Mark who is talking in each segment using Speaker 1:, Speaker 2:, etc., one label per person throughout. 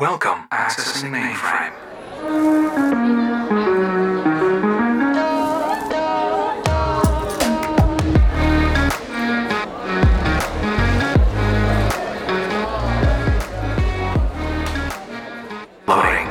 Speaker 1: Welcome. Accessing mainframe. Loading.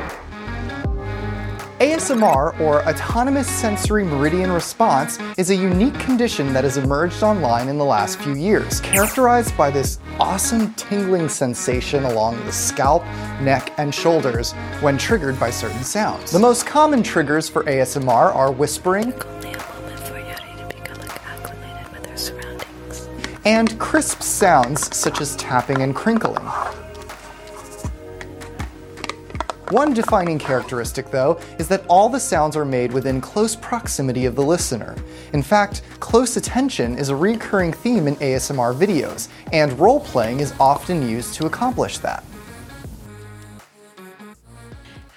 Speaker 2: ASMR, or Autonomous Sensory Meridian Response, is a unique condition that has emerged online in the last few years, characterized by this awesome tingling sensation along the scalp, neck, and shoulders when triggered by certain sounds. The most common triggers for ASMR are whispering
Speaker 3: only a moment for Yuri to become acclimated with her surroundings.
Speaker 2: and crisp sounds such as tapping and crinkling. One defining characteristic, though, is that all the sounds are made within close proximity of the listener. In fact, close attention is a recurring theme in ASMR videos, and role playing is often used to accomplish that.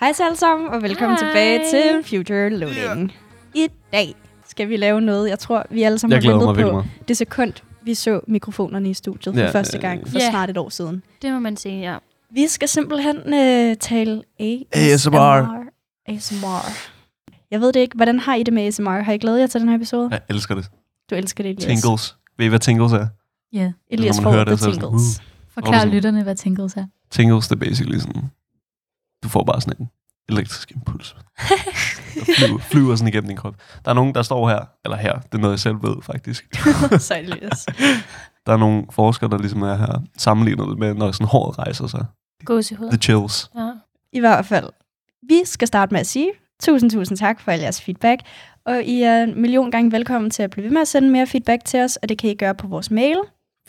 Speaker 4: Hej så alle sammen, og velkommen
Speaker 3: Hej.
Speaker 4: tilbage til Future Loading. I dag skal vi lave noget, jeg tror, vi alle sammen
Speaker 5: Jeg
Speaker 4: har
Speaker 5: glæder mig
Speaker 4: ventet
Speaker 5: virkelig
Speaker 4: på.
Speaker 5: meget.
Speaker 4: Det sekund, vi så mikrofonerne i studiet
Speaker 5: Ja,
Speaker 4: for første
Speaker 5: øh,
Speaker 4: gang for
Speaker 3: Ja.
Speaker 4: snart et år siden.
Speaker 3: Det må man sige, ja.
Speaker 4: Vi skal simpelthen øh, tale ASMR.
Speaker 5: ASMR.
Speaker 4: ASMR. Jeg ved det ikke. Hvordan har I det med ASMR? Har I glædet jer til den her episode?
Speaker 5: Jeg elsker det.
Speaker 4: Du elsker det, Elias.
Speaker 5: Tingles. Ved I, hvad tingles er?
Speaker 6: Ja,
Speaker 4: Elias
Speaker 5: Når man
Speaker 4: får
Speaker 5: hører
Speaker 4: det,
Speaker 5: det, så er det sådan,
Speaker 4: tingles.
Speaker 5: Hvorfor
Speaker 6: forklar
Speaker 5: sådan?
Speaker 6: lytterne, hvad tingles er.
Speaker 5: Tingles, det er basically sådan, du får bare sådan en elektrisk impuls. Der flyver, flyver sådan igennem din krop. Der er nogen, der står her, eller her, det er noget, jeg selv ved faktisk.
Speaker 4: så Elias.
Speaker 5: Der er nogle forskere, der ligesom er her, sammenlignet det med, når sådan håret rejser sig.
Speaker 3: Gåsehud.
Speaker 5: The chills.
Speaker 3: Ja.
Speaker 4: I hvert fald. Vi skal starte med at sige tusind, tusind tak for al jeres feedback. Og I er en million gange velkommen til at blive ved med at sende mere feedback til os, og det kan I gøre på vores mail.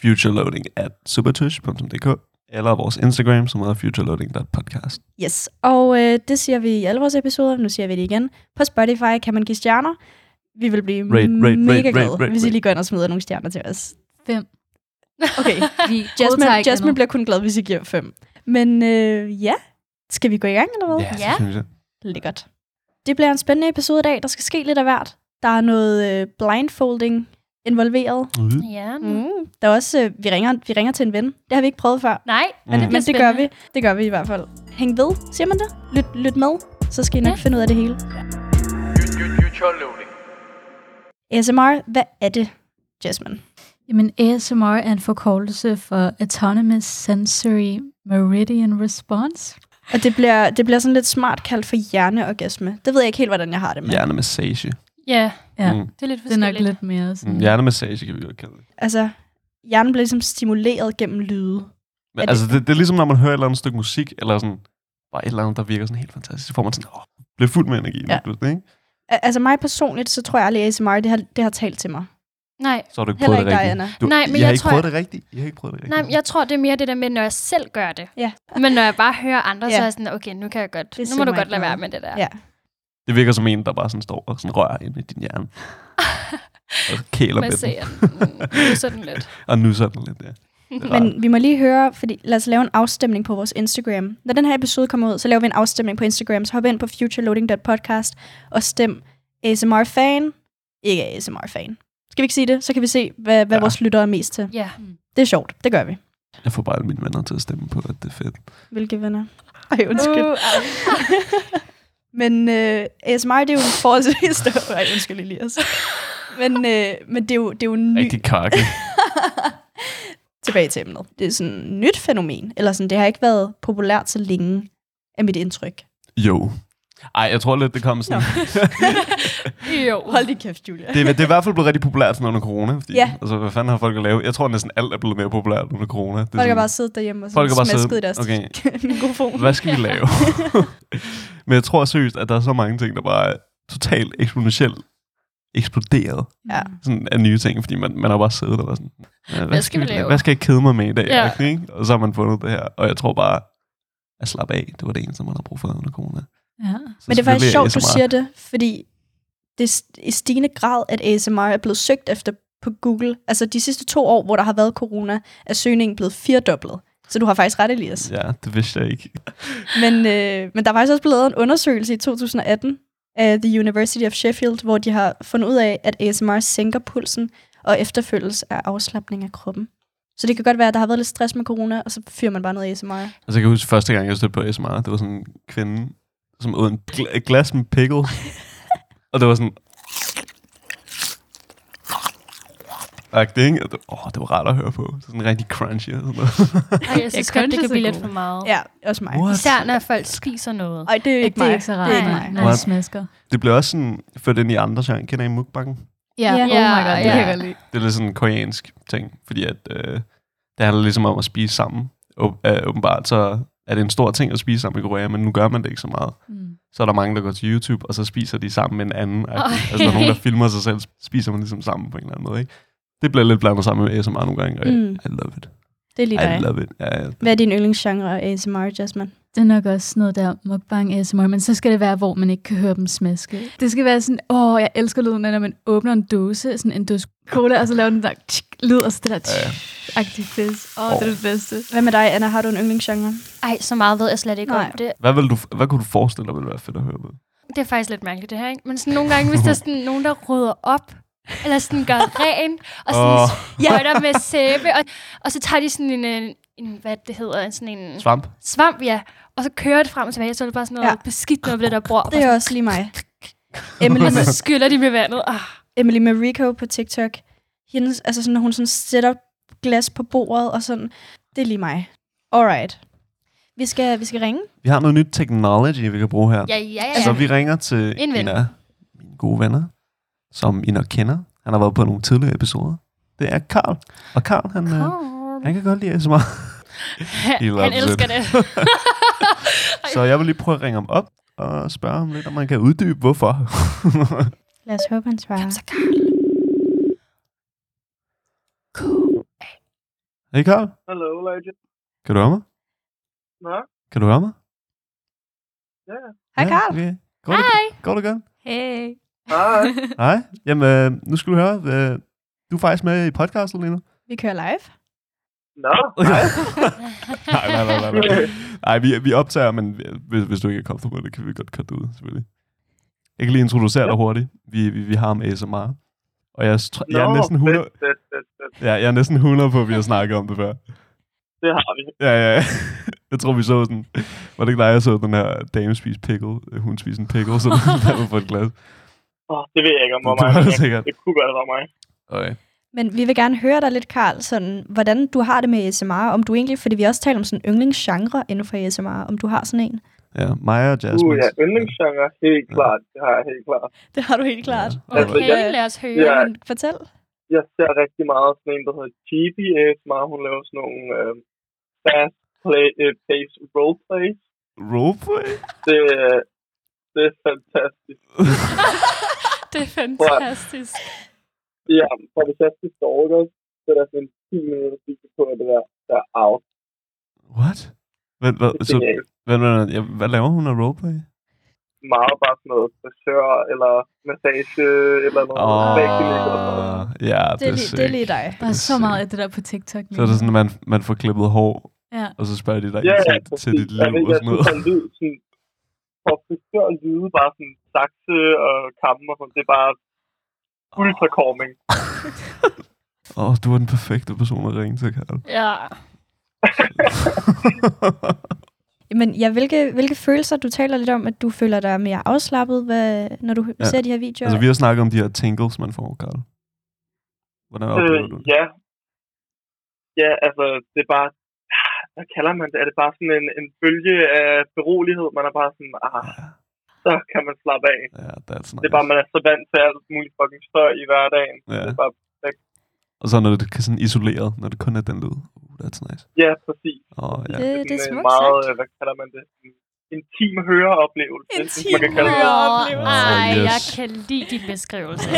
Speaker 5: Futureloading at supertush.dk eller vores Instagram, som hedder futureloading.podcast.
Speaker 4: Yes, og øh, det siger vi i alle vores episoder. Nu siger vi det igen. På Spotify kan man give stjerner. Vi vil blive
Speaker 5: Rate, rate, rate,
Speaker 4: mega glade,
Speaker 5: rate, rate,
Speaker 4: hvis I
Speaker 5: rate.
Speaker 4: lige går ind og smider nogle stjerner til os.
Speaker 6: Fem.
Speaker 4: Okay,
Speaker 6: Vi
Speaker 4: Jasmine,
Speaker 6: godtager ikke
Speaker 4: Jasmine
Speaker 6: andet.
Speaker 4: bliver kun glad, hvis I giver fem. Men øh, ja, skal vi gå i gang, eller hvad?
Speaker 5: det
Speaker 3: Ja.
Speaker 5: synes jeg.
Speaker 4: Lækkert. Det bliver en spændende episode i dag. Der skal ske lidt af hvert. Der er noget øh, blindfolding involveret.
Speaker 5: Mhm.
Speaker 3: ja.
Speaker 4: Mm. Der er også, øh, vi, ringer, vi ringer til en ven. Det har vi ikke prøvet før.
Speaker 3: Nej,
Speaker 5: Mm.
Speaker 4: Men det gør vi. Det gør vi i hvert fald. Hæng ved, siger man det? Lyt, lyt med, så skal I nok
Speaker 3: Ja.
Speaker 4: finde ud af det hele. ASMR, hvad er det, Jasmine?
Speaker 6: Jamen, ASMR er en forkortelse for Autonomous Sensory Meridian Response.
Speaker 4: Og det bliver, det bliver sådan lidt smart kaldt for hjerneorgasme. Det ved jeg ikke helt, hvordan jeg har det med.
Speaker 5: Hjernemassage.
Speaker 3: Ja,
Speaker 6: Ja,
Speaker 5: Mm.
Speaker 3: det er lidt
Speaker 6: det er
Speaker 3: forskelligt.
Speaker 6: nok lidt mere sådan...
Speaker 5: Mm. Hjernemassage kan vi godt kalde det.
Speaker 4: Altså, hjernen bliver ligesom stimuleret gennem lyde.
Speaker 5: Men,
Speaker 4: Er det-
Speaker 5: det... Altså, det, det er ligesom, når man hører et eller andet stykke musik, eller sådan, bare et eller andet, der virker sådan helt fantastisk, så får man sådan, åh, bliver fuld med energi.
Speaker 4: Ja.
Speaker 5: Ja. Du, ikke?
Speaker 4: Al- Altså mig personligt, så tror jeg aldrig, at ASMR det har, det har talt til mig.
Speaker 3: Nej,
Speaker 5: Så har du ikke
Speaker 4: Heller
Speaker 5: prøvet
Speaker 4: ikke
Speaker 5: det rigtigt.
Speaker 4: Diana.
Speaker 5: Du,
Speaker 3: Nej, men
Speaker 5: I har
Speaker 3: jeg
Speaker 5: ikke
Speaker 3: tror-
Speaker 5: prøvet det rigtigt. I har ikke prøvet det rigtigt.
Speaker 3: Nej, men jeg tror, det er mere det der med, når jeg selv gør det.
Speaker 4: Ja.
Speaker 3: Men når jeg bare hører andre,
Speaker 4: Ja.
Speaker 3: så er jeg sådan, okay, nu kan jeg godt.
Speaker 4: Det
Speaker 3: Nu
Speaker 4: siger
Speaker 3: må du
Speaker 4: mig
Speaker 3: godt
Speaker 4: ikke
Speaker 3: lade være
Speaker 4: noget.
Speaker 3: med det der.
Speaker 4: Ja.
Speaker 5: Det virker som en, der bare sådan står og sådan rører ind i din hjerne. og kæler med den.
Speaker 3: Masserer den. Mm, det er sådan lidt.
Speaker 5: Og nu sådan lidt, ja.
Speaker 4: Men vi må lige høre, fordi lad os lave en afstemning på vores Instagram. Når den her episode kommer ud, så laver vi en afstemning på Instagram. Så hop ind på futureloading.podcast og stem ASMR-fan, ikke ASMR-fan. Skal vi ikke sige det? Så kan vi se, hvad, hvad ja.
Speaker 5: Ja.
Speaker 4: vores lyttere er mest til.
Speaker 3: Ja.
Speaker 4: Det er sjovt. Det gør vi.
Speaker 5: Jeg får bare alle mine venner til at stemme på, at det er fedt.
Speaker 4: Hvilke venner? Ej, undskyld. Uh. Men øh, ASMR, det er jo en forholdsvis stor... Ej, undskyld, Elias. Men, øh, men det, er jo, det er jo en ny...
Speaker 5: Rigtig kakke.
Speaker 4: tilbage til emnet. Det er sådan et nyt fænomen, eller sådan, det har ikke været populært så længe, er mit indtryk.
Speaker 5: Jo. Ej, jeg tror lidt, det kom sådan.
Speaker 3: Jo.
Speaker 4: Hold din kæft, Julia.
Speaker 5: Det, er- det er i hvert fald blevet rigtig populært sådan under corona. Fordi,
Speaker 4: Ja.
Speaker 5: Altså, hvad fanden har folk at lave? Jeg tror næsten alt er blevet mere populært under corona. Det er
Speaker 4: Folk har
Speaker 5: sådan-
Speaker 4: bare siddet derhjemme og
Speaker 5: Folk har
Speaker 4: sådan
Speaker 5: bare
Speaker 4: smasket
Speaker 5: siddet-
Speaker 4: i deres okay.
Speaker 5: okay.
Speaker 4: mikrofon.
Speaker 5: Hvad skal vi lave? Men jeg tror seriøst, at der er så mange ting, der bare er totalt eksponentielt eksploderet
Speaker 4: Ja.
Speaker 5: sådan af nye ting, fordi man, man har bare siddet og været sådan, "Ja, hvad, hvad,
Speaker 3: skal
Speaker 5: skal
Speaker 3: vi
Speaker 5: vi
Speaker 3: lave?"
Speaker 5: lave? hvad skal jeg kede mig med i dag?
Speaker 3: Ja.
Speaker 5: Ja. Ikke? Og så har man fundet det her, og jeg tror bare, at slappe af, det var det eneste, man har brug for under corona.
Speaker 6: Ja.
Speaker 5: Så
Speaker 4: Men det er faktisk
Speaker 5: selvfølgelig
Speaker 4: sjovt, du
Speaker 5: ASMR.
Speaker 4: siger det, fordi det er st- i stigende grad, at ASMR er blevet søgt efter på Google. Altså de sidste to år, hvor der har været corona, er søgningen blevet firedoblet. Så du har faktisk ret, Elias.
Speaker 5: Ja, det vidste jeg ikke.
Speaker 4: Men, øh, men der er faktisk også blevet lavet en undersøgelse i 2018 af The University of Sheffield, hvor de har fundet ud af, at ASMR sænker pulsen og efterfølges af afslappning af kroppen. Så det kan godt være, at der har været lidt stress med corona, og så fyrer man bare noget ASMR.
Speaker 5: Altså, jeg kan huske første gang, jeg stødte på ASMR, det var sådan en kvinde, som åd en gl- et glas med pickle. og det var sådan... Agtig, ikke? Og det, åh, det var rart at høre på. Sådan rigtig crunchy og sådan noget.
Speaker 7: Ej, jeg synes godt, det kan blive lidt for meget.
Speaker 4: Ja, også mig.
Speaker 5: What?
Speaker 7: Især når folk spiser noget.
Speaker 4: Ej, det er ikke
Speaker 6: det er
Speaker 4: mig.
Speaker 6: ikke så rart,
Speaker 4: Det er ikke
Speaker 6: nej,
Speaker 4: mig.
Speaker 6: når det
Speaker 5: What?
Speaker 6: smasker.
Speaker 5: Det blev også sådan ført ind i andre genre. Kender I mukbangen?
Speaker 6: Ja, yeah. oh my god, det
Speaker 7: ja.
Speaker 6: kan jeg godt lide.
Speaker 5: Det er lidt sådan en koreansk ting, fordi at, øh, det handler ligesom om at spise sammen. Åb- øh, åbenbart så er det en stor ting at spise sammen i Korea, men nu gør man det ikke så meget.
Speaker 6: Mm.
Speaker 5: Så er der mange, der går til YouTube, og så spiser de sammen med en anden. Altså, der er nogen, der filmer sig selv, spiser man ligesom sammen på en eller anden måde. Ikke? Det bliver lidt blandet sammen med ASMR nogle gange, og mm.
Speaker 4: Mm,
Speaker 5: I love it.
Speaker 4: det er lige dig.
Speaker 5: I love it. Ja, ja.
Speaker 4: Hvad er din yndlingsgenre af ASMR, Jasmine?
Speaker 6: Det er nok også noget der mukbang ASMR, men så skal det være, hvor man ikke kan høre dem smaske. Det skal være sådan, åh, jeg elsker lyden, af, når man åbner en dose, sådan en dose cola, og så laver den der tsk, lyd, og så det der
Speaker 5: Ja.
Speaker 6: tsk, agtige fizz. Åh, det er det bedste.
Speaker 4: Hvad med dig, Anna? Har du en yndlingsgenre?
Speaker 7: Ej, så meget ved jeg slet ikke
Speaker 4: Nej.
Speaker 7: om det.
Speaker 5: Hvad, vil du, hvad kunne du forestille dig, ville være fedt at høre på?
Speaker 7: Det er faktisk lidt mærkeligt, det her, ikke? Men sådan nogle gange, hvis der er sådan nogen, der rydder op, eller sådan gør ren, og sådan
Speaker 5: Åh.
Speaker 7: oh. sprøjter med sæbe, og, og så tager de sådan en, en, en hvad det hedder, sådan en
Speaker 5: Svamp?
Speaker 7: svamp, ja, og så kører det frem og tilbage, så er det bare sådan noget
Speaker 4: Ja.
Speaker 7: ja. beskidt noget ved det der bror.
Speaker 4: Det er også lige mig. Emily
Speaker 7: Og
Speaker 4: med,
Speaker 7: så skyller de med vandet. Ah,
Speaker 4: Emily med Rico på TikTok. Hendes, altså sådan, når hun sådan sætter glas på bordet og sådan. Det er lige mig. Alright. Vi skal, vi skal ringe.
Speaker 5: Vi har noget nyt technology, vi kan bruge her.
Speaker 7: ja, ja, ja.
Speaker 5: Så Altså, vi ringer til
Speaker 7: En
Speaker 5: en,
Speaker 7: ven.
Speaker 5: en af mine gode venner, som I nok kender. Han har været på nogle tidligere episoder. Det er Karl. Og Karl, han, øh, han kan godt lide ASMR. He
Speaker 7: Han
Speaker 5: loves
Speaker 7: elsker
Speaker 5: it.
Speaker 7: det.
Speaker 5: Så jeg vil lige prøve at ringe ham op og spørge ham lidt, om man kan uddybe, hvorfor.
Speaker 4: Lad os håbe, han svarer.
Speaker 7: Så Karl.
Speaker 5: hey Karl,
Speaker 8: Hello, legend.
Speaker 5: kan du høre mig?
Speaker 8: Nå,
Speaker 5: Kan du høre mig?
Speaker 8: ja.
Speaker 4: Hej Karl.
Speaker 5: Okay. Går det,
Speaker 7: Hej.
Speaker 5: Går det godt?
Speaker 7: Hey.
Speaker 8: Hej.
Speaker 5: Hej. Jamen, øh, nu skal du høre. Øh, du er faktisk med i podcasten lige nu.
Speaker 4: Vi kører live.
Speaker 8: Nå,
Speaker 5: nej, nej, nej, nej. Nej, nej vi, vi optager, men vi- hvis, hvis du ikke er komfortabel, det kan vi godt cutte det ud, selvfølgelig. Jeg kan lige introducere dig hurtigt. Vi, vi, vi har om ASMR. Og jeg, er str- jeg, er
Speaker 8: nå,
Speaker 5: næsten 100,
Speaker 8: fedt, fedt, fedt, fedt.
Speaker 5: ja, jeg er næsten 100 på, at vi har snakket om det før.
Speaker 8: Det har vi.
Speaker 5: Ja, ja, ja. Jeg tror, vi så den. Var det ikke dig, jeg så den her dame spise pickle? øh, Hun spiste en pickle, så den var på et glas.
Speaker 8: Oh, det ved jeg ikke, om hvor
Speaker 5: Det
Speaker 8: meget.
Speaker 5: var det
Speaker 8: men
Speaker 5: sikkert.
Speaker 8: Det kunne godt være mig.
Speaker 5: Okay.
Speaker 4: Men vi vil gerne høre dig lidt, Karl, sådan, hvordan du har det med ASMR, om du egentlig, fordi vi også taler om sådan yndlingsgenre inden for ASMR, om du har sådan en.
Speaker 5: Ja, Maja og Jasmine.
Speaker 8: Uh, ja, yndlingsgenre, helt klart. Det har jeg helt klart.
Speaker 4: Det har du helt klart.
Speaker 5: Ja.
Speaker 8: Altså,
Speaker 7: Okay,
Speaker 8: jeg-
Speaker 7: lad os høre.
Speaker 8: Ja.
Speaker 4: Men fortæl.
Speaker 8: Jeg ser rigtig meget sådan en, der hedder Chibi ASMR. Hun laver sådan nogle øh, fast play, øh, pace roleplays.
Speaker 5: Roleplay?
Speaker 8: Det, øh, det er fantastisk.
Speaker 7: Det er fantastisk.
Speaker 8: Ja, for hvis jeg skal sove der, så er der sådan en 10 minutter video på det der, der er out.
Speaker 5: What? Hvad, hvad,
Speaker 8: Det er
Speaker 5: så,
Speaker 8: genialt.
Speaker 5: hvad, hvad, ja, hvad laver hun af roleplay?
Speaker 8: meget bare sådan noget frisør eller massage øh, eller noget.
Speaker 5: Åh,
Speaker 8: vaginal eller sådan noget.
Speaker 5: ja, det
Speaker 4: Det er,
Speaker 5: er
Speaker 4: lige, det er
Speaker 5: sick.
Speaker 4: lige dig.
Speaker 6: Der er
Speaker 5: Det er
Speaker 6: så meget
Speaker 5: sikkert.
Speaker 6: af det der på TikTok.
Speaker 5: Så er det sådan, at man, man får klippet hår,
Speaker 6: Ja.
Speaker 5: og så spørger de dig
Speaker 8: Ja, ja,
Speaker 5: ind til,
Speaker 8: præcis.
Speaker 5: til dit liv
Speaker 8: Jeg ved,
Speaker 5: og
Speaker 8: jeg
Speaker 5: sådan
Speaker 8: synes,
Speaker 5: noget.
Speaker 8: han lyd sådan, for frisør lyde bare sådan sakse og kamme og sådan, det er bare ultra calming.
Speaker 5: Åh, oh, du er den perfekte person at ringe til, Karl.
Speaker 7: Ja.
Speaker 4: Men ja, hvilke, hvilke følelser, du taler lidt om, at du føler dig mere afslappet, hvad, når du ja.
Speaker 5: Ja.
Speaker 4: ser de her videoer?
Speaker 5: altså, vi har snakket om de her tingles, man får, Karl. Hvordan
Speaker 8: Øh,
Speaker 5: oplever du det?
Speaker 8: ja. Ja, altså, det er bare, hvad kalder man det? Er det bare sådan en, en bølge af berolighed? Man er bare sådan, ah, så kan man slappe af.
Speaker 5: Ja, that's nice.
Speaker 8: Det er bare, man er så vant til alt muligt fucking støj i hverdagen. Det
Speaker 5: Ja.
Speaker 8: er bare,
Speaker 5: Og så når det er sådan isoleret, når det kun er den lyd. Uh, that's nice.
Speaker 8: ja, præcis.
Speaker 5: Oh, ja.
Speaker 4: det, det er
Speaker 8: sådan, øh,
Speaker 4: smukt
Speaker 8: meget,
Speaker 4: sagt.
Speaker 8: øh, hvad kalder man det? En intim høreoplevelse. hvis man kan kalde det.
Speaker 7: Nå, ej,
Speaker 5: Yes.
Speaker 7: jeg kan lide din beskrivelse.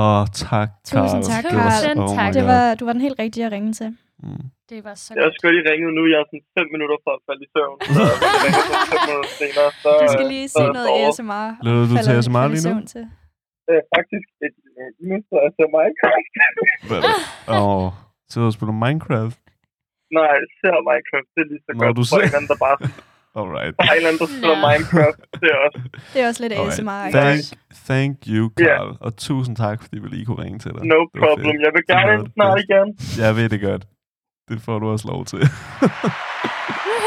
Speaker 5: Åh, tak, Karl.
Speaker 4: Tusind tak,
Speaker 5: Det var så-
Speaker 7: Karl.
Speaker 5: oh my
Speaker 7: Tak.
Speaker 4: Det
Speaker 5: God.
Speaker 4: var, du var den helt rigtige at ringe til.
Speaker 5: Mm.
Speaker 7: Det var så
Speaker 8: Jeg har
Speaker 7: godt.
Speaker 8: sgu lige ringet nu. Jeg er sådan fem minutter for at falde i søvn. Så hvis jeg ringer sådan fem minutter senere, så...
Speaker 4: Du
Speaker 8: øh,
Speaker 4: skal lige
Speaker 8: så er
Speaker 4: se
Speaker 8: jeg
Speaker 4: noget
Speaker 8: sovet.
Speaker 4: ASMR. og
Speaker 5: Lytter du
Speaker 4: falder-
Speaker 5: til ASMR
Speaker 4: falder i
Speaker 5: lige nu?
Speaker 4: søvn til.
Speaker 8: Øh, faktisk, et, øh, I mister altså Minecraft.
Speaker 5: Hvad er det? Åh, sidder og spiller Minecraft.
Speaker 8: Nej, ser Minecraft. Det er lige så
Speaker 5: Nå,
Speaker 8: godt.
Speaker 5: du
Speaker 8: Hvor
Speaker 5: ser-
Speaker 8: en anden, der bare sådan
Speaker 5: Alright.
Speaker 8: Der er en eller anden, der spiller
Speaker 7: Ja.
Speaker 8: Minecraft til os.
Speaker 4: Det er også lidt
Speaker 5: Alright.
Speaker 4: ASMR. ikke?
Speaker 5: Thank, thank you,
Speaker 8: Ja.
Speaker 5: Carl. Yeah. Og tusind tak, fordi vi lige kunne ringe til dig.
Speaker 8: No
Speaker 5: Det var
Speaker 8: problem.
Speaker 5: fedt.
Speaker 8: Jeg vil gerne
Speaker 5: Det var
Speaker 8: snart
Speaker 5: fedt.
Speaker 8: igen.
Speaker 5: Jeg ved det godt. Det får du også lov til.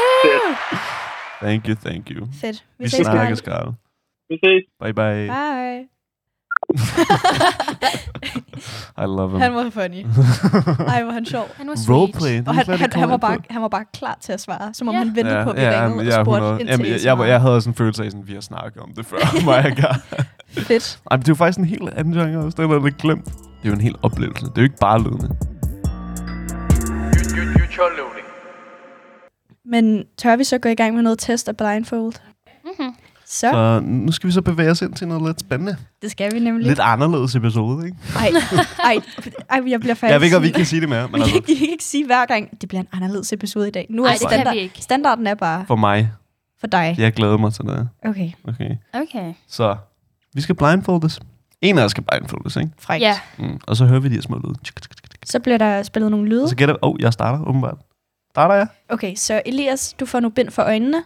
Speaker 5: thank you, thank you.
Speaker 4: Fedt. Vi,
Speaker 5: Vi
Speaker 4: ses
Speaker 5: snakkes,
Speaker 4: snart.
Speaker 5: Carl.
Speaker 8: Vi ses.
Speaker 5: Bye bye.
Speaker 4: Bye.
Speaker 5: I love him.
Speaker 4: Han var funny. Ej, hvor han sjov.
Speaker 7: Han var sweet.
Speaker 5: Roleplay. det er
Speaker 4: Og han,
Speaker 5: slet
Speaker 4: han,
Speaker 5: ikke
Speaker 4: han, var
Speaker 5: kommet
Speaker 4: bare,
Speaker 5: på.
Speaker 4: han var bare klar til at svare, som om
Speaker 7: Ja.
Speaker 4: han ventede på, at vi ringede
Speaker 5: jeg er
Speaker 4: og spurgte
Speaker 5: 100
Speaker 4: ind
Speaker 5: jamen,
Speaker 4: til
Speaker 5: jeg, jeg, jeg, havde sådan en følelse af, sådan, vi har snakket om det før. Mig og Carl.
Speaker 4: Fedt.
Speaker 5: Ej, men det er jo faktisk en helt anden genre også. Den er lidt glemt. Det er jo en hel oplevelse. Det er jo ikke bare lydende.
Speaker 4: Men tør vi så gå i gang med noget test og blindfold?
Speaker 7: Mhm.
Speaker 4: Så, så.
Speaker 5: Så nu skal vi så bevæge os ind til noget lidt spændende.
Speaker 4: det skal vi nemlig.
Speaker 5: Lidt anderledes episode, ikke?
Speaker 4: Ej, ej, ej, jeg bliver faktisk...
Speaker 5: Jeg ved ikke, om vi kan sige det mere, men
Speaker 4: vi,
Speaker 5: altså,
Speaker 4: kan, vi kan ikke sige hver gang, det bliver en anderledes episode i dag. Nu er
Speaker 7: Ej, det kan
Speaker 4: standard,
Speaker 7: vi ikke.
Speaker 4: standarden er bare
Speaker 5: for mig,
Speaker 4: for dig.
Speaker 5: jeg glæder mig til det.
Speaker 4: Okay,
Speaker 5: Okay.
Speaker 7: Okay.
Speaker 5: Så vi skal blindfoldes. En af os skal blindfoldes, ikke?
Speaker 4: frækt.
Speaker 7: Ja.
Speaker 5: Mm. Og så hører vi de her små lyde. Tsk, tsk, tsk, tsk.
Speaker 4: Så bliver der spillet nogle lyde.
Speaker 5: Og så gætter Åh, oh, jeg starter åbenbart. Starter jeg?
Speaker 4: Okay, så Elias, du får nu bind for øjnene,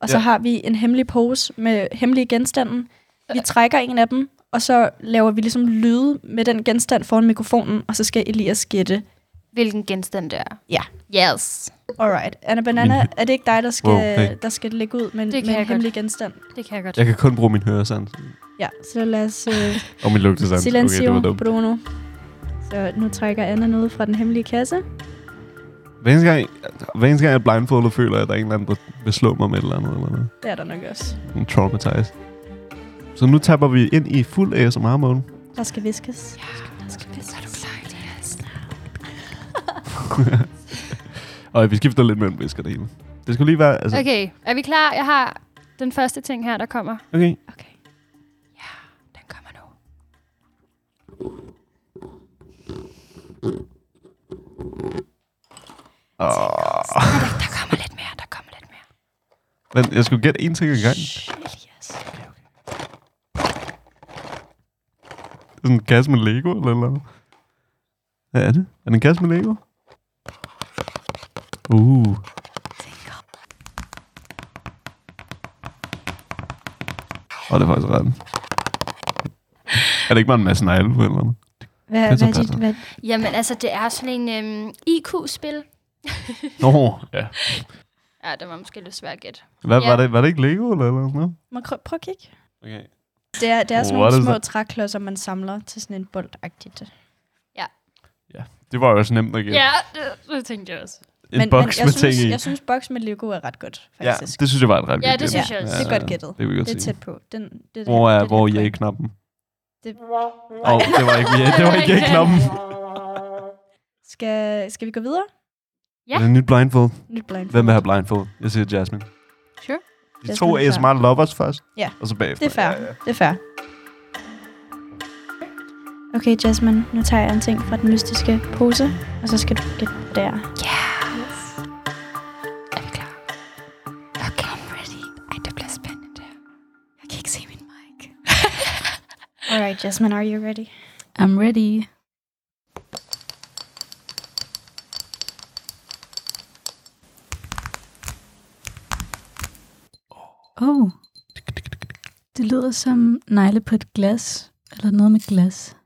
Speaker 4: og så
Speaker 5: Ja.
Speaker 4: har vi en hemmelig pose med hemmelige genstanden. Vi trækker en af dem, og så laver vi ligesom lyde med den genstand foran mikrofonen, og så skal Elias gætte.
Speaker 7: Hvilken genstand det er.
Speaker 4: Ja.
Speaker 7: Yes.
Speaker 4: Alright. Anna Banana,
Speaker 5: Min-
Speaker 4: er det ikke dig, der skal,
Speaker 5: Mhm. Wow, hey.
Speaker 4: der skal lægge ud med, en-
Speaker 7: Det kan
Speaker 4: med en
Speaker 7: jeg
Speaker 4: hemmelig genstand?
Speaker 7: Det kan jeg godt.
Speaker 5: Jeg kan kun bruge min høresans.
Speaker 4: Ja, så lad os... Øh,
Speaker 5: Og min lugtesans.
Speaker 4: silencio,
Speaker 5: var
Speaker 4: okay,
Speaker 5: dumt.
Speaker 4: Bruno. Så nu trækker Anna noget fra den hemmelige kasse.
Speaker 5: Hver eneste gang, hver eneste gang jeg er blindfoldet, føler jeg, at der er en eller anden, der vil slå mig med et eller andet. Eller noget.
Speaker 4: Det er der nok også.
Speaker 5: Sådan traumatized. Så nu tapper vi ind i fuld ASMR-mode.
Speaker 4: Der skal viskes.
Speaker 5: Og vi skifter lidt mellem visker det hele. Det skal lige være... Altså,
Speaker 7: Okay, er vi klar? Jeg har den første ting her, der kommer.
Speaker 5: okay.
Speaker 7: Okay. Ja, den kommer nu.
Speaker 5: Oh.
Speaker 7: Der, der kommer lidt mere, der kommer lidt mere.
Speaker 5: Men jeg skulle gætte én ting ad gang.
Speaker 4: Elias.
Speaker 5: Det er sådan en kasse med Lego eller noget. Hvad er det? Er det en kasse med Lego? Uh. Og det er faktisk ret. Er det ikke bare en masse negle på et eller andet?
Speaker 4: Hvad,
Speaker 5: Passer,
Speaker 4: hvad, er dit,
Speaker 5: passer.
Speaker 4: hvad,
Speaker 7: Jamen altså, det er sådan en øhm, IQ-spil.
Speaker 5: Nå, ja.
Speaker 7: Ja, det var måske lidt svært at gætte.
Speaker 5: Hvad,
Speaker 7: Ja.
Speaker 5: var, det, var det ikke Lego eller eller noget?
Speaker 4: må, prøv, prøv at kigge.
Speaker 5: Okay.
Speaker 4: Det er, det er sådan
Speaker 5: What
Speaker 4: nogle
Speaker 5: is
Speaker 4: små
Speaker 5: that?
Speaker 4: træklodser, man samler til sådan en boldagtigt.
Speaker 5: Det var jo også nemt at gætte.
Speaker 7: Ja, det, det tænkte jeg også.
Speaker 5: En boks
Speaker 4: jeg
Speaker 5: med
Speaker 4: synes,
Speaker 5: ting i.
Speaker 4: Jeg synes, boks med Lego er ret godt,
Speaker 5: Ja,
Speaker 4: faktisk.
Speaker 5: det synes jeg var et ret
Speaker 7: Ja, det
Speaker 5: godt gæt.
Speaker 7: synes jeg også.
Speaker 4: Det er godt gættet.
Speaker 5: Det vil jeg
Speaker 4: det er
Speaker 5: godt sige.
Speaker 4: tæt på. Den, det, er
Speaker 5: Hvor
Speaker 4: det,
Speaker 5: er,
Speaker 4: det
Speaker 5: hvor er
Speaker 4: det point.
Speaker 5: ja-knappen?
Speaker 4: Det-
Speaker 5: Åh, oh, det var ikke, ja, det var ikke ja-knappen.
Speaker 4: Skal, skal vi gå videre?
Speaker 7: Ja.
Speaker 5: Ja. Det er en nyt blindfold.
Speaker 4: Nyt blind.
Speaker 5: Hvem vil have blindfold? Jeg siger Jasmine.
Speaker 7: Sure.
Speaker 5: De to
Speaker 4: Jasmine før.
Speaker 5: ASMR lovers først.
Speaker 4: Ja.
Speaker 5: Og så bagefter.
Speaker 4: Det er fair.
Speaker 5: Ja, ja.
Speaker 4: Det er fair. Okay, Jasmine, nu tager jeg en ting fra den mystiske pose, og så skal du gætte hvad det er.
Speaker 3: Er vi klar? Okay, I'm ready. Ej, det bliver spændende det her. Jeg kan ikke se min mic.
Speaker 4: Alright, Jasmine, are you ready?
Speaker 6: I'm ready. Oh. Det lyder som negle på et glas, eller noget med glas.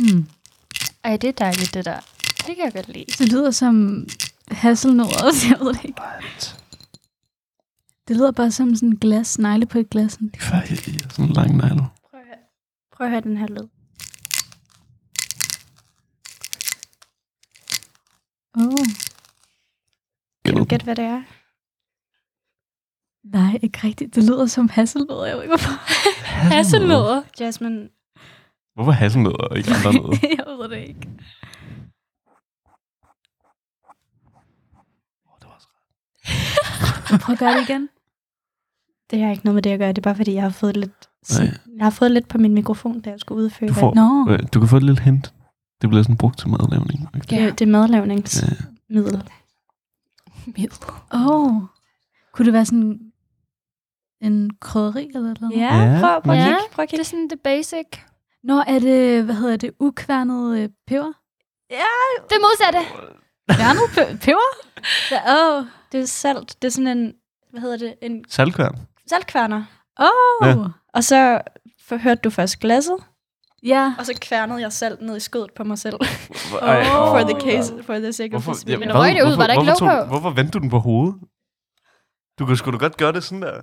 Speaker 6: Hmm.
Speaker 7: Ej, det er dejligt, det der. Det kan jeg godt lide.
Speaker 6: Det lyder som hasselnødder, så jeg ved det ikke. Det lyder bare som sådan en glas, negle på et glas. sådan.
Speaker 5: Det er fair. ja, ja. Sådan en lang negle.
Speaker 4: Prøv at høre, Prøv at høre den her lyd.
Speaker 6: Åh, oh,
Speaker 4: Kan du
Speaker 5: Gættet.
Speaker 4: gætte, hvad det er?
Speaker 6: nej, ikke rigtigt. Det lyder som hasselnødder, jeg ved ikke hvorfor.
Speaker 7: Hasselnødder.
Speaker 4: Jasmine,
Speaker 5: Hvorfor hasselnødder og ikke andre nødder?
Speaker 6: jeg ved det ikke. Prøv at gøre det igen.
Speaker 4: det har ikke noget med det at gøre. Det er bare, fordi jeg har fået lidt,
Speaker 5: Nej.
Speaker 4: jeg har fået lidt på min mikrofon, da jeg skulle udføre.
Speaker 5: Du får,
Speaker 6: Nå,
Speaker 5: øh, du kan få et lille hint. Det bliver sådan brugt til madlavning. Okay.
Speaker 4: Det, det er madlavningsmiddel.
Speaker 5: Ja.
Speaker 6: åh. Oh. Kunne det være sådan en krydderi eller noget?
Speaker 4: Ja,
Speaker 5: Ja.
Speaker 4: prøv, prøv at
Speaker 7: Ja.
Speaker 4: kigge. Prøv at
Speaker 7: Det
Speaker 4: kigge.
Speaker 7: er sådan det basic.
Speaker 6: Nå, er det, hvad hedder det, ukværnet øh, peber?
Speaker 7: Det modsatte.
Speaker 6: Fjernet pe- peber?
Speaker 4: Åh, oh, det er salt. Det er sådan en, hvad hedder det, en
Speaker 5: Saltkværn.
Speaker 4: saltkværner.
Speaker 6: Åh!
Speaker 5: Ja.
Speaker 6: Oh,
Speaker 4: Og så for, hørte du først glasset,
Speaker 6: ja.
Speaker 4: og så kværnede jeg salt ned i skødet på mig selv.
Speaker 5: Ej,
Speaker 6: Åh.
Speaker 4: for the case, for the sake of
Speaker 5: Hvorfor,
Speaker 4: the
Speaker 5: ja,
Speaker 4: smell.
Speaker 7: Men røg det ud, var der ikke
Speaker 5: hvorfor,
Speaker 7: låg
Speaker 5: tog-
Speaker 7: på?
Speaker 5: hvorfor vendte du den på hovedet? Du kan sgu da godt gøre det sådan der.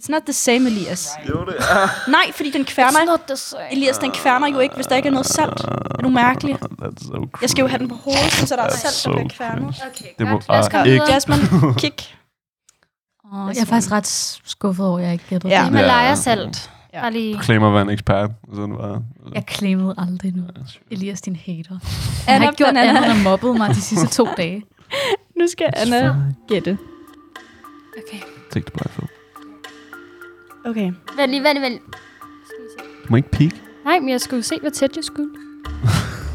Speaker 4: It's not the same, Elias.
Speaker 5: Jo, det
Speaker 4: Nej, fordi den kværner.
Speaker 7: It's not the same.
Speaker 4: Elias, den kværner jo ikke, hvis der ikke er noget salt. Er du mærkelig?
Speaker 5: Ah, That's so
Speaker 4: Jeg skal jo have den på hovedet, sådan så der er
Speaker 5: That's
Speaker 4: salt, der
Speaker 5: so
Speaker 4: bliver kværnet.
Speaker 5: cringe.
Speaker 7: Okay,
Speaker 5: Det må
Speaker 7: godt. Lad os
Speaker 5: bare
Speaker 7: komme
Speaker 5: ikke-
Speaker 7: videre.
Speaker 4: Jasmine, kick.
Speaker 6: Oh, jeg er faktisk ret skuffet over, at jeg ikke gættede
Speaker 4: Ja.
Speaker 6: det.
Speaker 7: Himalaya-salt.
Speaker 4: Ja.
Speaker 7: Bare lige...
Speaker 5: Claim at være en ekspert. og Sådan var
Speaker 6: Jeg claimede aldrig noget. Elias, din hater. Han
Speaker 4: Anna,
Speaker 6: har ikke gjort
Speaker 4: banana.
Speaker 6: andet end at mobbet mig de sidste to dage.
Speaker 4: Nu skal Anna gætte.
Speaker 7: Okay.
Speaker 5: Take the blindfold.
Speaker 4: Okay.
Speaker 7: Vent lige, vent lige, vent lige.
Speaker 5: Du må ikke peek.
Speaker 7: Nej, men jeg skulle se, hvor tæt jeg skulle.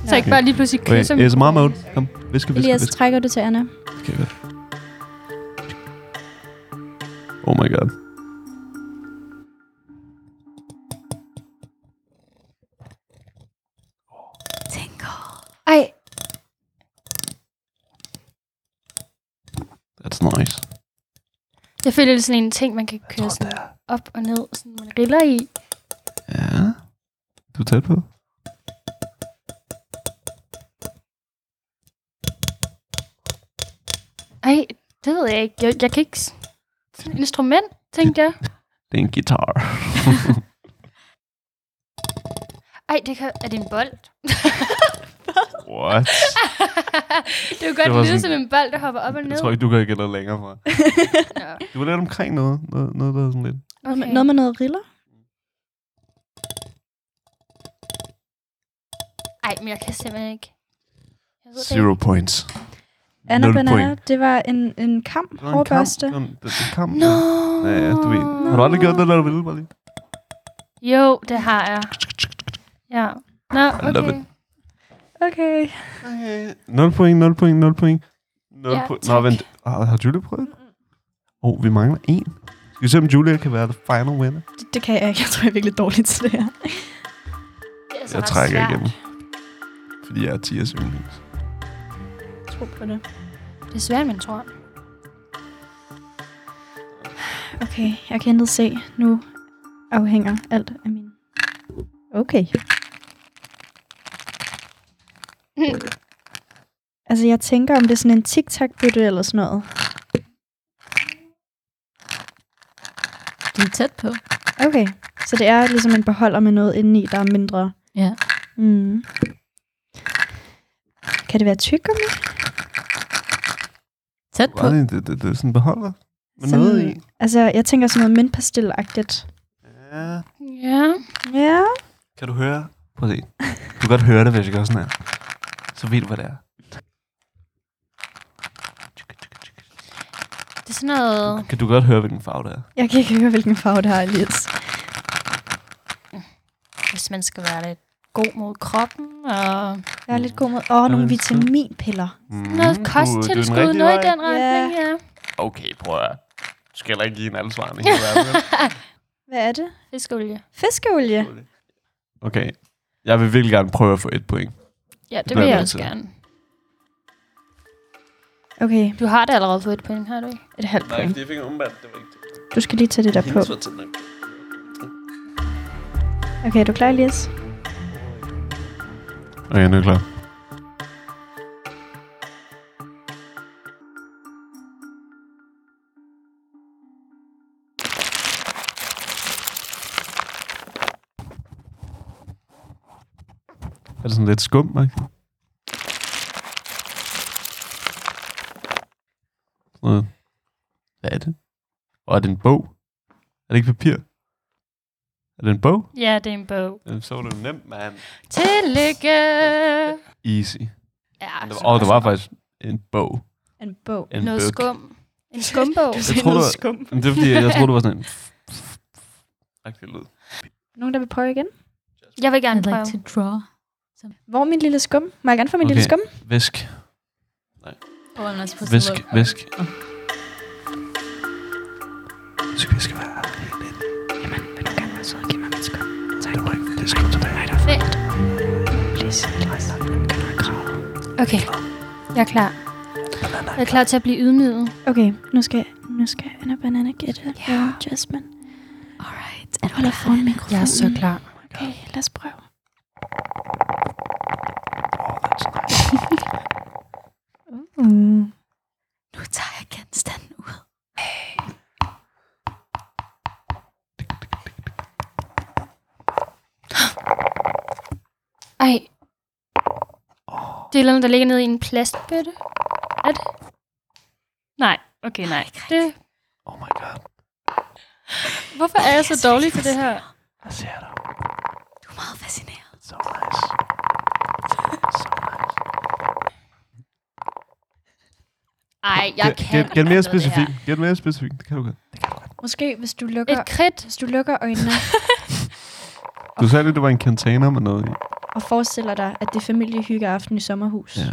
Speaker 7: Så ikke bare lige pludselig
Speaker 5: Okay,
Speaker 7: kysse
Speaker 5: ASMR mode. Kom, viske, viske,
Speaker 4: Elias,
Speaker 5: viske.
Speaker 4: trækker du til Anna?
Speaker 5: Okay, godt. Oh my god.
Speaker 7: Ej,
Speaker 5: That's nice.
Speaker 7: jeg føler, det er sådan en ting, man kan køre sådan op og ned, sådan man riller i.
Speaker 5: Ja. Du er tæt på.
Speaker 7: Ej, det ved jeg ikke. Jeg, jeg kan ikke... s- Sådan et instrument, tænkte jeg.
Speaker 5: Det er en guitar.
Speaker 7: Ej, det kan... er det en bold?
Speaker 5: What?
Speaker 7: det kunne godt
Speaker 5: Det var
Speaker 7: lyde sådan...
Speaker 5: sådan-
Speaker 7: som en bold, der hopper op og ned.
Speaker 5: Jeg tror ikke, du kan gætte længere fra.
Speaker 7: Nå,
Speaker 5: Du var lidt omkring noget. Noget, noget der er sådan lidt.
Speaker 7: okay.
Speaker 4: Noget med noget riller?
Speaker 7: Ej, men jeg kan simpelthen ikke. Jeg ved det
Speaker 5: Zero points.
Speaker 4: Anna
Speaker 5: Nul
Speaker 4: Banana,
Speaker 5: point.
Speaker 4: det var en, en kam,
Speaker 5: Det var en kamp.
Speaker 4: hårbørste.
Speaker 5: Det var en- det var en kamp.
Speaker 7: Nå.
Speaker 5: Ja, ja, du ved. Har du aldrig gjort det, der du ville, Marlene?
Speaker 7: Jo, det har jeg. Ja. Nå,
Speaker 5: love
Speaker 7: okay.
Speaker 5: it.
Speaker 4: Okay.
Speaker 5: 0 point, 0 point, 0 point. 0
Speaker 7: Ja,
Speaker 5: point. Nå,
Speaker 7: tak.
Speaker 5: vent. Ah, Har, har Julie prøvet det? Åh, oh, vi mangler en. Skal vi se, om Julia kan være the final winner?
Speaker 4: Det, det kan jeg ikke. Jeg tror, jeg er virkelig dårlig til det her.
Speaker 7: Det er så
Speaker 5: Jeg
Speaker 7: ret
Speaker 5: trækker
Speaker 7: svært.
Speaker 5: igen. Fordi jeg er 10 yndlings.
Speaker 4: Tro på det.
Speaker 7: Det er svært, man tror.
Speaker 4: Okay, jeg kan intet se. Nu afhænger alt af min... Okay. Altså, jeg tænker, om det er sådan en tic-tac-bytte eller sådan noget.
Speaker 6: Du er tæt på.
Speaker 4: Okay, så det er ligesom en beholder med noget indeni, der er mindre.
Speaker 6: Ja.
Speaker 4: Mm. Kan det være tyggegummi?
Speaker 6: Tæt på.
Speaker 5: Wow, det, det, det, det er sådan en beholder. Med
Speaker 4: Sådan-
Speaker 5: noget i.
Speaker 4: Altså, jeg tænker sådan noget mintpastillagtigt.
Speaker 5: Ja.
Speaker 7: Ja.
Speaker 4: Ja.
Speaker 5: Kan du høre? Prøv at se. Du kan godt høre det, hvis jeg gør sådan her. Så ved du, hvad det er.
Speaker 7: Det er sådan noget...
Speaker 5: Kan du godt høre, hvilken farve det er?
Speaker 4: Jeg kan ikke høre, hvilken farve det har, Elias.
Speaker 7: Hvis man skal være lidt god mod kroppen, og
Speaker 5: Mhm.
Speaker 4: Jeg er lidt god mod... Åh, oh, nogle
Speaker 5: Nå, så-
Speaker 4: vitaminpiller.
Speaker 5: Mm,
Speaker 7: noget
Speaker 5: du-
Speaker 7: kosttilskud,
Speaker 5: du er den rigtige
Speaker 7: noget i
Speaker 5: vej.
Speaker 7: den retning, ja.
Speaker 5: Okay, prøv at høre. Du skal heller ikke give en alle svarene i hele verden. vel?
Speaker 4: Hvad er det?
Speaker 7: Fiskolie.
Speaker 4: Fiskeolie.
Speaker 5: Okay. Jeg vil virkelig gerne prøve at få et point.
Speaker 7: Ja, det,
Speaker 5: bliver
Speaker 7: vil jeg
Speaker 5: jeg
Speaker 7: også
Speaker 5: nødt til.
Speaker 7: gerne.
Speaker 4: Okay,
Speaker 7: Du har det allerede fået et point, har du ikke?
Speaker 4: et halvt point.
Speaker 5: jeg fik umiddelbart. Det var ikke det.
Speaker 4: Du skal lige tage det der på. Okay, er du klar, Elias?
Speaker 5: Okay, nu er jeg klar. Er det sådan lidt skum, Mark? Sådan noget. Hvad er det? Og er det en bog? Er det ikke papir? Er det en bog?
Speaker 7: Ja, det er en bog.
Speaker 5: Øh, Så var det jo nemt, man.
Speaker 7: Tillykke!
Speaker 5: Easy.
Speaker 7: Ja,
Speaker 5: Men det
Speaker 7: så
Speaker 5: var, og det
Speaker 7: også
Speaker 5: var faktisk en bog.
Speaker 4: En bog.
Speaker 5: En
Speaker 7: noget
Speaker 5: bøg.
Speaker 7: skum. En skumbog.
Speaker 5: Jeg tror, det var,
Speaker 4: skum.
Speaker 5: men det er, fordi jeg troede, det var sådan en... Rigtig lyd.
Speaker 4: Nogen, der vil prøve igen?
Speaker 7: Jeg vil gerne
Speaker 6: I'd like
Speaker 7: prøve.
Speaker 6: to draw.
Speaker 4: Hvor er min lille skum? Må jeg gerne få min okay. lille
Speaker 5: Okay.
Speaker 4: skum?
Speaker 5: Væsk.
Speaker 6: Oh, I'm not supposed to
Speaker 5: Væsk.
Speaker 6: look.
Speaker 5: Væsk.
Speaker 6: Åh.
Speaker 5: Så vi skal være helt ind. Jamen, vil du gerne være sød og give mig mit skum? Tak. Det var ikke, det skal tilbage.
Speaker 7: Vent. Okay. Jeg er klar. Jeg er klar til at blive ydmyget.
Speaker 4: Okay, nu skal, nu skal Anna Banana gætte.
Speaker 3: Ja.
Speaker 4: Ja. Jasmine
Speaker 3: Alright. Er du
Speaker 4: holder
Speaker 3: klar?
Speaker 4: foran mikrofonen.
Speaker 7: klar.
Speaker 4: Okay, lad os prøve.
Speaker 3: Nu tager jeg genstanden ud.
Speaker 7: Ej. Det er et eller andet, der ligger nede i en plastbøtte. Er det? Nej. Okay, nej. Det...
Speaker 5: Oh my god.
Speaker 7: Hvorfor er jeg så dårlig til det her?
Speaker 5: Jeg ser dig.
Speaker 3: Du er meget fascineret.
Speaker 5: So nice. So nice.
Speaker 7: Ej, jeg kan
Speaker 5: Gæt,
Speaker 7: ikke noget af
Speaker 5: gæt mere
Speaker 7: det her.
Speaker 5: specifikt. Gæt mere specifikt. Det kan du godt.
Speaker 4: Måske hvis du lukker,
Speaker 7: Et kridt.
Speaker 4: hvis du lukker øjnene
Speaker 5: Du sagde lige, det var en container med noget i.
Speaker 4: og forestiller dig, at det er familiehyggeaften i sommerhus.
Speaker 5: Ja.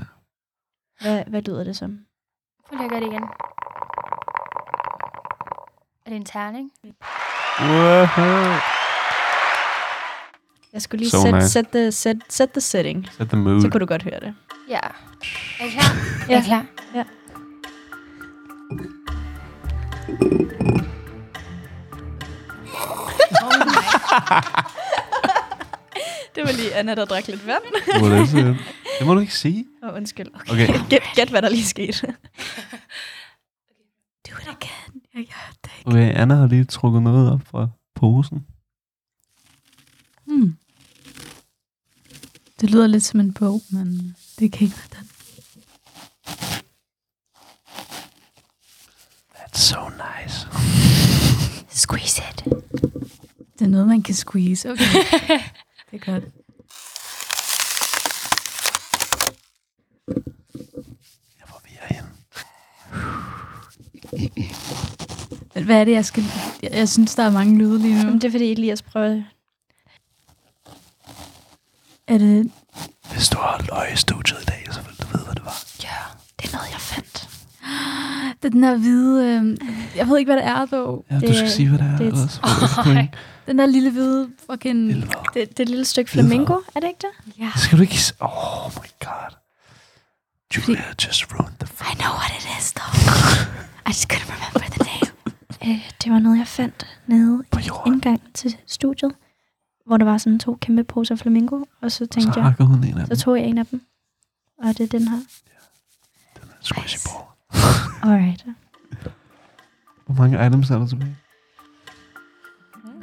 Speaker 4: Hvad, hvad lyder det som?
Speaker 7: Prøv lige at gøre det igen. Er det en terning?
Speaker 5: Wow.
Speaker 4: Jeg skulle lige
Speaker 5: So
Speaker 4: sætte
Speaker 5: nice.
Speaker 4: set, the, set, set the setting,
Speaker 5: Set the mood.
Speaker 4: så kunne du godt høre det.
Speaker 7: Ja. Er I klar?
Speaker 4: Ja.
Speaker 7: Er I klar?
Speaker 4: Ja. Det var lige Anna, der drak lidt vand.
Speaker 5: What is it? Det må du ikke sige.
Speaker 4: Og undskyld. Okay.
Speaker 5: Okay.
Speaker 4: Gæt, gæt, hvad der lige skete.
Speaker 3: Do it again. Jeg gør det ikke.
Speaker 5: Okay, Anna har lige trukket noget op fra posen.
Speaker 6: Hmm. Det lyder lidt som en bog, men det kan ikke være den.
Speaker 5: That's so nice.
Speaker 3: Squeeze it.
Speaker 6: Det er noget, man kan squeeze. Okay. det er godt.
Speaker 5: Jeg får vi er henne.
Speaker 6: Men hvad er det, jeg skal... Jeg, jeg synes, der er mange lyde lige nu.
Speaker 4: Jamen, det er fordi Elias prøver...
Speaker 6: Er det...
Speaker 5: Hvis du har holdt øje i studiet i dag, så vil du vide, hvad det var.
Speaker 4: Det er noget, jeg fandt.
Speaker 6: Det er den her hvide... Øh, jeg ved ikke, hvad det er, dog.
Speaker 5: Ja, du
Speaker 4: Det-
Speaker 5: skal sige, hvad det er.
Speaker 4: det er et-
Speaker 5: ellers får du ikke point.
Speaker 6: Den der lille hvide fucking...
Speaker 5: Helvede.
Speaker 4: Det, det er et lille stykke flamingo, er det ikke det?
Speaker 6: Ja.
Speaker 5: Det skal du ikke... s- Oh my god. Julia just ruined the
Speaker 3: I know what it is, though. I just couldn't remember the name.
Speaker 4: Øh, det var noget, jeg fandt nede
Speaker 5: på jorden.
Speaker 4: indgang til studiet, hvor der var sådan to kæmpe poser flamingo, og så
Speaker 5: Så
Speaker 4: tænkte jeg,
Speaker 5: hakker hun en af dem.
Speaker 4: så tog jeg en af dem. Og det er den her.
Speaker 5: Den er squishy ball.
Speaker 4: Alright.
Speaker 5: Hvor mange items er der tilbage?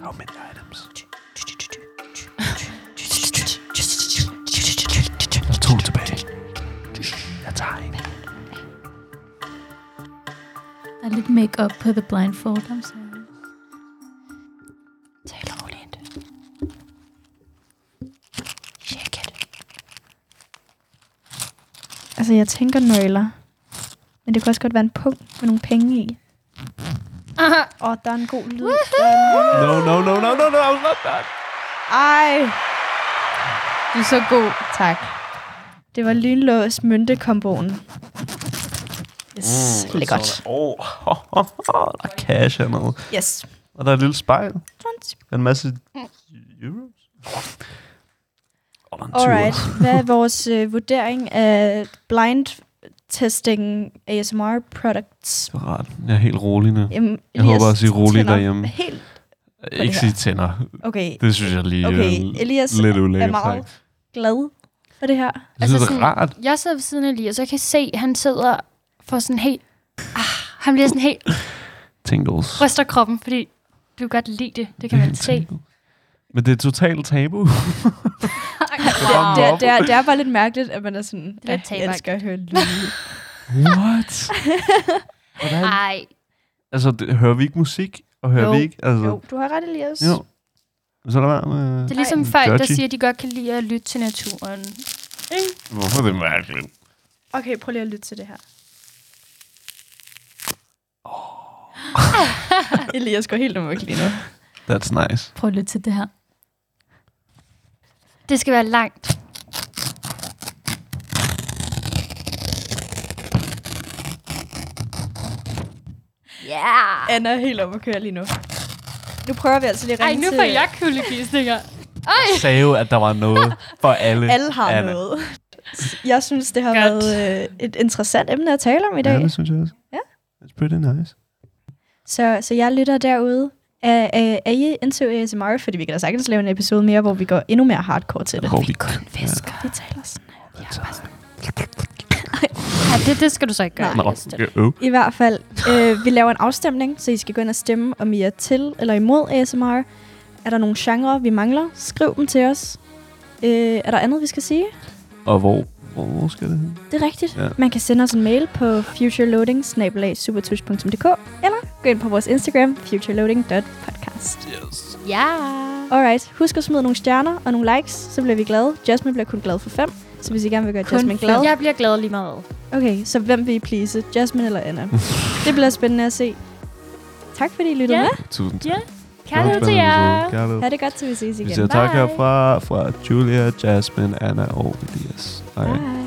Speaker 5: How many items? Der er to tilbage. Jeg tager en.
Speaker 6: Der er lidt make-up på The Blindfold. I'm sorry.
Speaker 3: Tag roligt. Shake it.
Speaker 4: Altså, jeg tænker nøgler. Men det kunne også godt være en punkt med nogle penge i.
Speaker 7: Aha.
Speaker 4: Åh, der er en god lyd. Der er en-
Speaker 5: No, no, no, no, no, no, not that.
Speaker 4: Ej,
Speaker 6: Du er så god.
Speaker 4: tak. Det var lynlås myntekomboen. Yes, mm, lækkert.
Speaker 5: Åh, oh, oh, oh, der er cash hernede.
Speaker 4: Yes.
Speaker 5: Og der er et lille spejl.
Speaker 4: Tons.
Speaker 5: En masse euros. Og der er en
Speaker 4: Alright,
Speaker 5: 20'er.
Speaker 4: hvad er vores øh, vurdering af blind testing ASMR products?
Speaker 5: Det var rart. Jeg er helt rolig nu.
Speaker 4: Jamen,
Speaker 5: Jeg
Speaker 4: Elias
Speaker 5: håber også, I er rolige
Speaker 4: tænder
Speaker 5: derhjemme.
Speaker 4: Helt, det
Speaker 5: Ikke
Speaker 4: her.
Speaker 5: sige tænder.
Speaker 4: okay.
Speaker 5: Det synes jeg lige
Speaker 4: Okay,
Speaker 5: er øh,
Speaker 4: Elias
Speaker 5: lidt ulækkert.
Speaker 4: er meget
Speaker 5: faktisk.
Speaker 4: glad for det her.
Speaker 5: Jeg synes,
Speaker 7: Altså
Speaker 5: det er
Speaker 7: sådan-
Speaker 5: rart.
Speaker 7: Jeg sidder ved siden af lige, og så jeg kan se, at han sidder for sådan helt... Ah, han bliver sådan helt
Speaker 5: Tingles.
Speaker 7: ryster kroppen, fordi du kan godt lide det. Det kan man se.
Speaker 5: Men det er totalt tabu.
Speaker 4: Ja, det, er,
Speaker 5: mobbe.
Speaker 4: det, er, det er bare lidt mærkeligt, at man er sådan, "Ah,
Speaker 7: lidt
Speaker 4: jeg
Speaker 7: taberagtigt."
Speaker 4: elsker at høre lyde.
Speaker 5: What? Hvordan?
Speaker 7: Ej,
Speaker 5: Altså, det, hører vi ikke musik? Og hører
Speaker 4: Jo.
Speaker 5: vi ikke? Altså,
Speaker 4: jo, du har ret, Elias.
Speaker 5: Jo. Så er der øh. bare med...
Speaker 7: det er ligesom
Speaker 5: Ej.
Speaker 7: folk, der
Speaker 5: Dirty.
Speaker 7: siger, at de godt kan lide at lytte til naturen.
Speaker 5: Hvorfor er det mærkeligt?
Speaker 4: Okay, prøv lige at lytte til det her. Oh. Elias går helt amok lige nu.
Speaker 5: That's nice.
Speaker 6: Prøv at lytte til det her.
Speaker 7: Det skal være langt. Yeah!
Speaker 4: Anna er helt om at køre lige nu. Ah. Nu prøver vi altså lige at
Speaker 7: Ej,
Speaker 4: ringe
Speaker 7: nu
Speaker 4: til...
Speaker 7: får jeg kuldegysninger. Ej!
Speaker 5: Sagde jo, at der var noget for alle.
Speaker 4: Alle har
Speaker 5: Anna.
Speaker 4: noget. Jeg synes, det har
Speaker 7: Godt.
Speaker 4: været øh, et interessant emne at tale om i dag.
Speaker 5: Ja, det synes jeg også.
Speaker 4: Ja.
Speaker 5: It's pretty nice.
Speaker 4: Så, så jeg lytter derude. Er, er, er I into ASMR? Fordi vi kan da sagtens lave en episode mere, hvor vi går endnu mere hardcore til det.
Speaker 5: Hvor vi
Speaker 3: kun fisker.
Speaker 4: Det taler sådan. her.
Speaker 7: Ja, det, det skal du så ikke gøre.
Speaker 5: Nå, øh.
Speaker 4: I hvert fald, øh, vi laver en afstemning, så I skal gå ind og stemme, om I er til eller imod ASMR. Er der nogle genrer, vi mangler? Skriv dem til os. Øh, er der andet, vi skal sige?
Speaker 5: øh. Og hvor, hvor, hvor skal det hen?
Speaker 4: Det er rigtigt.
Speaker 5: Ja.
Speaker 4: Ja. Man kan sende os en mail på futureloading-supertush.dk eller gå ind på vores Instagram, futureloading.podcast.
Speaker 7: Ja.
Speaker 4: Alright, husk at smide nogle stjerner og nogle likes, så bliver vi glade. Jasmine bliver kun glad for fem, så hvis I gerne vil gøre Jasmine glad...
Speaker 7: Jeg bliver glad lige meget.
Speaker 4: Okay, så hvem vil I please? Jasmine eller Anna? det bliver spændende at se. Tak fordi I lyttede
Speaker 7: Ja.
Speaker 4: yeah.
Speaker 5: Tusind tak.
Speaker 7: Ja, Kærlighed til jer.
Speaker 5: Kærlighed.
Speaker 4: med. Ha' det godt, til vi ses
Speaker 5: Vi
Speaker 4: igen.
Speaker 5: siger tak
Speaker 7: Bye.
Speaker 5: herfra fra Julia, Jasmine, Anna og Elias. Hej.
Speaker 4: Bye.